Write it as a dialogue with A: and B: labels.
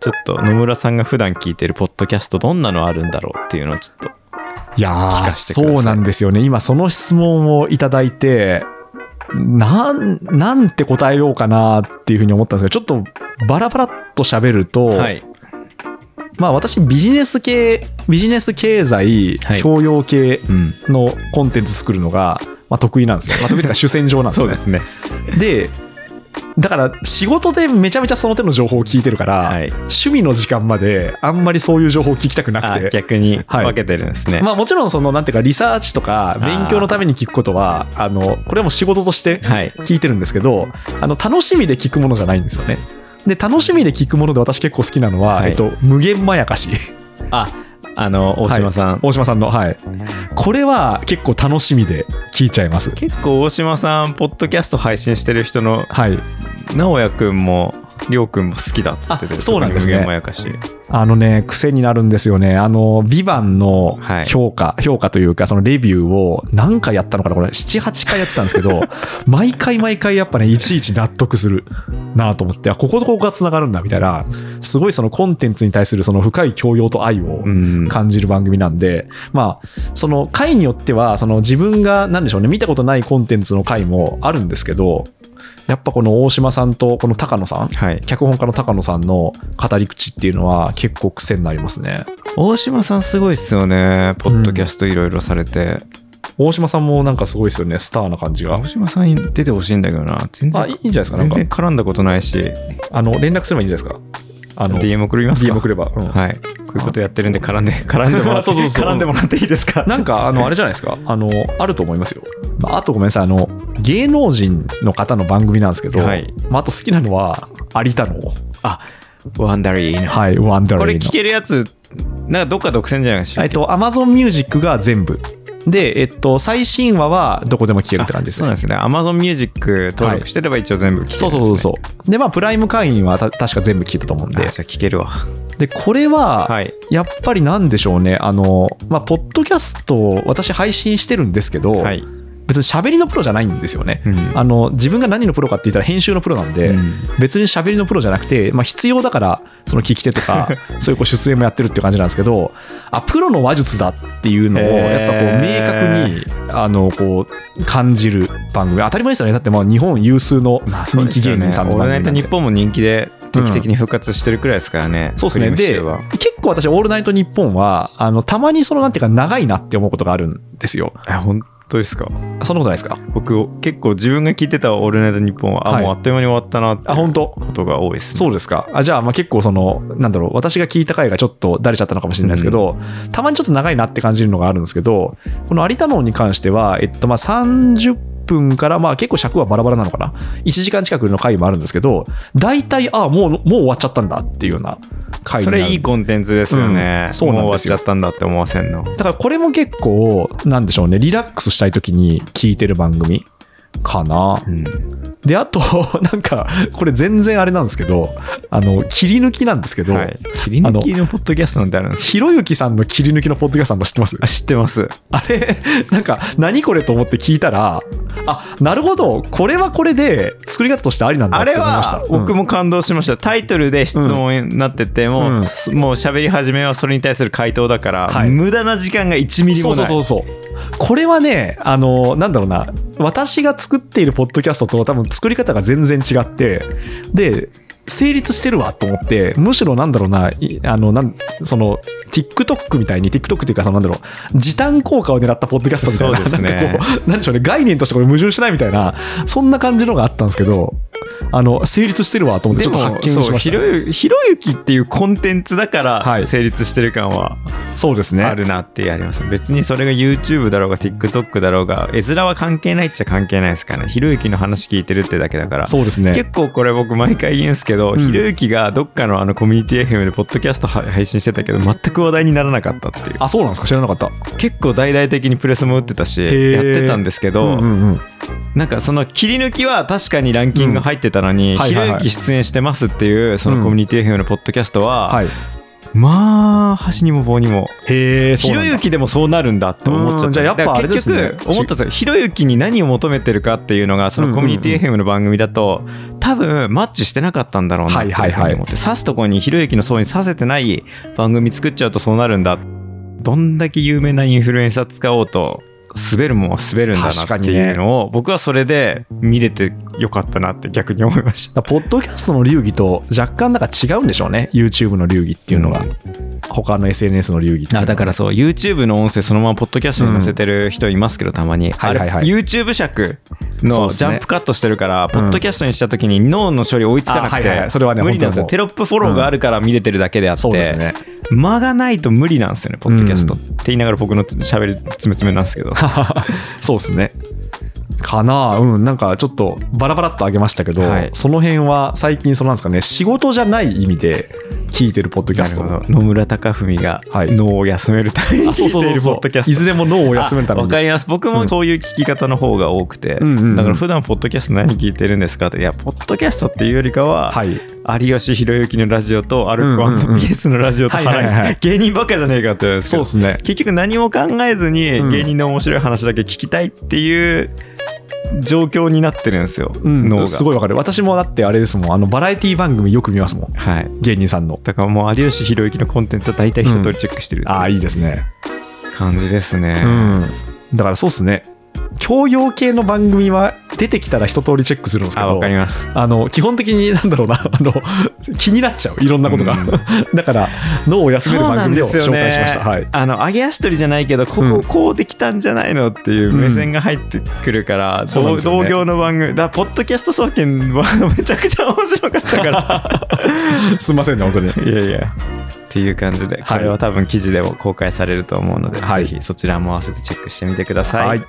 A: ちょっと野村さんが普段聞いてるポッドキャストどんなのあるんだろうっていうのをちょっと
B: いや
A: 聞
B: ー
A: かせてください
B: そうなんですよね今その質問をいただいてなんなんて答えようかなっていうふうに思ったんですけどちょっとバラバラっと喋ると、
A: はい
B: まあ私ビジネス系ビジネス経済、
A: はい
B: 教養系
A: うん
B: のコンテンツ作るのが、まあ、得意なんですよ、まあ、得意というか主戦場なんです
A: そ
B: ね
A: うですね
B: でだから仕事でめちゃめちゃその手の情報を聞いてるから、
A: はい
B: 趣味の時間まであんまりそういう情報を聞きたくな
A: あ
B: くて。
A: 逆に
B: はい
A: 分けてるんですね、
B: まあもちろんそのなんていうかリサーチとか
A: ー
B: 勉強のために聞くことはあのこれはもう仕事として
A: はい
B: 聞いてるんですけどあの楽しみで聞くものじゃないんですよねで楽しみで聞くもので私結構好きなのは、
A: はい
B: えっと、無限まやかし
A: ああの大島さん、
B: 大島さんのはいこれは結構楽しみで聞いちゃいます
A: 結構大島さんポッドキャスト配信してる人の
B: はい
A: 直哉くんもりょうくんも好きだっつってて
B: あそうなんですね
A: 無限まやかし
B: あのね、癖になるんですよね。あの、ビバンの
A: はい
B: 評価、評価というか、そのレビューを何回やったのかな、これ、7、8回やってたんです けど、毎回毎回やっぱね、いちいち納得するなと思って、あ、こことここが繋がるんだ、みたいな、すごいそのコンテンツに対するその深い教養と愛を
A: うん
B: 感じる番組なんで、まあ、その回によっては、その自分が、なんでしょうね、見たことないコンテンツの回もあるんですけど、やっぱこの大島さんとこの高野さん、
A: はい
B: 脚本家の高野さんの語り口っていうのは結構癖になりますね
A: 大島さんすごいっすよねポッドキャストいろいろされて、
B: 大島さんもなんかすごいですよねスターな感じが
A: 大島さんに出てほしいんだけどな全然
B: あいいいいんじゃないですかなん
A: 全
B: か
A: 然絡んだことないし
B: あの連絡すればいいんじゃないですかあの
A: DM 送りますか
B: DM くれば、うん
A: はいこういうことやってるんで絡 んで絡んでもらって
B: そうそうそう
A: 絡んでもらっていいですか
B: なんかあのあれじゃないですかあのあると思いますよ、まあ、あとごめんなさいあの芸能人の方の番組なんですけど、
A: はい
B: まあ、あと好きなのは有田の
A: あワンダリー
B: はいワンダ
A: これ
B: リー
A: 聞
B: の
A: けるやつなんかどっか独占じゃないです
B: えっと Amazon Music が全部でえっと最新話はどこでも聞けるって感じです
A: そうなんですね Amazon Music 登録してれば一応全部聞けるんです
B: そ
A: ね
B: うそうそうそう。で、まあ、プライム会員はた確か全部聞いたと思うんで
A: あ。じゃあ聞けるわ
B: で、これは、
A: はい
B: やっぱりなんでしょうね。あの、まあ、ポッドキャストを私配信してるんですけど、
A: はい
B: 別に喋りのプロじゃないんですよね。
A: うん
B: あの、自分が何のプロかって言ったら編集のプロなんで、
A: うん
B: 別に喋りのプロじゃなくて、まあ、必要だから、その聞き手と か、そういうこう出演もやってるっていう感じなんですけど、あ、プロの話術だっていうのを、
A: へー
B: やっぱこう、明確に、あの、こう、感じる番組。当たり前ですよね。だって、まあ、日本有数の人気芸人さんの
A: オール
B: 番組な
A: ナイ
B: ん
A: ト
B: で。
A: 日本も人気で定期的に復活してるくらいですからね、
B: そうですね。
A: クリームシチ
B: で
A: ューは、
B: 結構私、オールナイトニッポンは、あの、たまにその、なんていうか、長いなって思うことがあるんですよ。
A: あ本当ですか
B: そんなことないですか
A: 僕結構自分が聞いてた「オールナイトニッポンは」あ、
B: はい
A: もうあっという間に終わったなって
B: あ、本当
A: ことが多いですね
B: そうですか。あじゃあ、まあ結構その、なんだろう、私が聞いた回がちょっとだれちゃったのかもしれないですけど、たまにちょっと長いなって感じるのがあるんですけど、この有田能に関しては、えっと、まあ30分から、まあ結構尺はバラバラなのかな。1時間近くの回もあるんですけど、大体、あもう、もう終わっちゃったんだっていうような回に
A: そ
B: なる
A: れいいコンテンツですよね、
B: うんそうなんです
A: も
B: よ
A: う終わっちゃったんだって思わせんの
B: だからこれも結構、なんでしょうね、リラックスしたい時に聞いてる番組かな。
A: うん
B: で、あと、 なんか、これ全然あれなんですけど、あの、切り抜きなんですけど、
A: はい、切り抜きのポッドキャストなんてあるんですか
B: ひろゆきさんの切り抜きのポッドキャストあんの知ってます
A: あ知ってます
B: あれ、なんか、何これと思って聞いたら、あ、なるほど、これはこれで作り方としてありなんだ
A: あ
B: っ
A: れ
B: て思いました。
A: は僕
B: も、
A: も感動しました、タイトルで質問になってて、もう
B: うん
A: もう喋り始めはそれに対する回答だから、
B: はい
A: 無駄な時間が1ミリ
B: そ
A: も
B: う
A: な
B: そ
A: いう
B: そうそう。これはね、あの、なんだろうな、私が作っているポッドキャストと多分作り方が全然違って、で、成立してるわと思って、むしろなんだろうな、いあの、なん、その、TikTok みたいに、TikTok っていうか、そのなんだろう、時短効果を狙ったポッドキャストみたいな、
A: そうですね
B: なんかこう、なんでしょうね、概念としてこれ矛盾しないみたいな、そんな感じのがあったんですけど、あの、成立してるわと思って、
A: で
B: ちょっと
A: も
B: 発見し
A: そう
B: ま
A: ひ
B: したね、
A: ろゆひろゆきっていうコンテンツだか
B: は
A: ら
B: い
A: 成立してる感は
B: そうですね。
A: あるなっていうあります、別にそれが YouTube だろうが TikTok だろうが絵面は関係ないっちゃ関係ないですからねひろゆきの話聞いてるってだけだから
B: そうですね。
A: 結構これ僕毎回言うんですけど、
B: うん
A: ひろゆきがどっかのあのコミュニティ FM でポッドキャストは配信してたけど全く話題にならなかったっていう
B: あ、そうなんですか知らなかった。
A: 結構大々的にプレスも打ってたし
B: ー
A: やってたんですけど、
B: うんうんうん。
A: なんかその切り抜きは確かにランキング入ってたのに、
B: うんはいはいはい
A: ひろゆき出演してますっていうそのコミュニティ FM のポッドキャストは、
B: はい。
A: まあ箸にも棒にも
B: へえ、そ
A: ひ
B: うな
A: ろ
B: ん
A: ゆ
B: だ。
A: きでもそうなるんだって思っちゃ
B: う
A: っ
B: んじ
A: た
B: ゃあやっぱ
A: だから
B: あれですね
A: 結局思ったんですよひろゆきに何を求めてるかっていうのがそのコミュニティ FM の番組だと多分マッチしてなかったんだろうなっていうふう
B: はい
A: に
B: はいはい
A: 思って刺すとこにひろゆきの層に刺せてない番組作っちゃうとそうなるんだどんだけ有名なインフルエンサー使おうと滑るもんは滑るんだ
B: 確
A: な
B: か
A: っ
B: に
A: て
B: ね
A: いうのを、僕はそれで見れてよかったなって逆に思いました。
B: だからポッドキャストの流儀と若干なんか違うんでしょうね YouTube の流儀っていうのが、
A: う
B: 他の SNS の流儀っていうの
A: あ
B: が
A: だからそう YouTube の音声そのままポッドキャストに載せてる人いますけど、たまに、
B: はいはいは
A: あ
B: い
A: れ YouTube 尺
B: そう
A: の
B: です
A: ジ
B: ね
A: ャンプカットしてるから、
B: うん
A: ポッドキャストにした時に脳の処理追いつかなく
B: あ
A: て、
B: はいはいそれはね
A: 無理なんです
B: 本当に
A: よ
B: もう
A: テロップフォローがあるから見れてるだけであって、
B: そうですね
A: 間がないと無理なんですよねポッドキャスト、
B: うん
A: って言いながら僕の喋りつめつめなんですけ ど
B: そうですねかなあうんなんかちょっとバラバラっと上げましたけど、
A: はい
B: その辺は最近そのなんですかね仕事じゃない意味で聞いてるポッドキャスト
A: なるほど野村貴文が
B: はい
A: 脳を休めるために
B: あそう
A: 聞
B: そ
A: いうてい
B: そう
A: るポ
B: そ
A: ッドキャ
B: うい
A: スト
B: ずれも脳を休めるため
A: わ
B: に
A: かります僕もそういう聞き方の方が多くて、
B: うんうんうん
A: だから普段ポッドキャスト何聞いてるんですかっていやポッドキャストっていうよりかは、
B: はい
A: 有吉弘行のラジオとアルコ
B: うんうんうん
A: &PS のラジオと
B: はいはいは
A: 原
B: い
A: 西芸人ばっかじゃねえかって言うんですけ
B: そう
A: ど
B: ですね
A: 結局何も考えずに
B: うん
A: 芸人の面白い話だけ聞きたいっていう状況になってるんですよ、脳
B: う
A: が
B: ん、すごいわかる私もだってあれですもんあのバラエティ番組よく見ますもん
A: はい
B: 芸人さんの
A: だからもう有吉弘行のコンテンツは大体一通りチェックしてるって
B: ああ
A: いう
B: いいですね
A: 感じですね、
B: うん、だからそうっすね教養系の番組は出てきたら一通りチェックするんですけ
A: あわ
B: ど
A: かります
B: あの基本的になんだろうな あの気になっちゃういろんなことが、
A: うん
B: だから脳を休める
A: そうな
B: 番
A: ん
B: 組
A: で
B: を
A: す
B: 紹
A: よね
B: 介しました、はい、
A: あの上げ足取りじゃないけどこ
B: う
A: こ
B: ん
A: こうできたんじゃないのっていう目線が入ってくるから、
B: そうなん
A: 同
B: ですよね
A: 同業の番組だからポッドキャスト総研はめちゃくちゃ面白かった から
B: すみませんね本当に
A: いやいやっていう感じでこ
B: はい
A: れは多分記事でも公開されると思うので、
B: はい
A: ぜひそちらも合わせてチェックしてみてください。
B: はい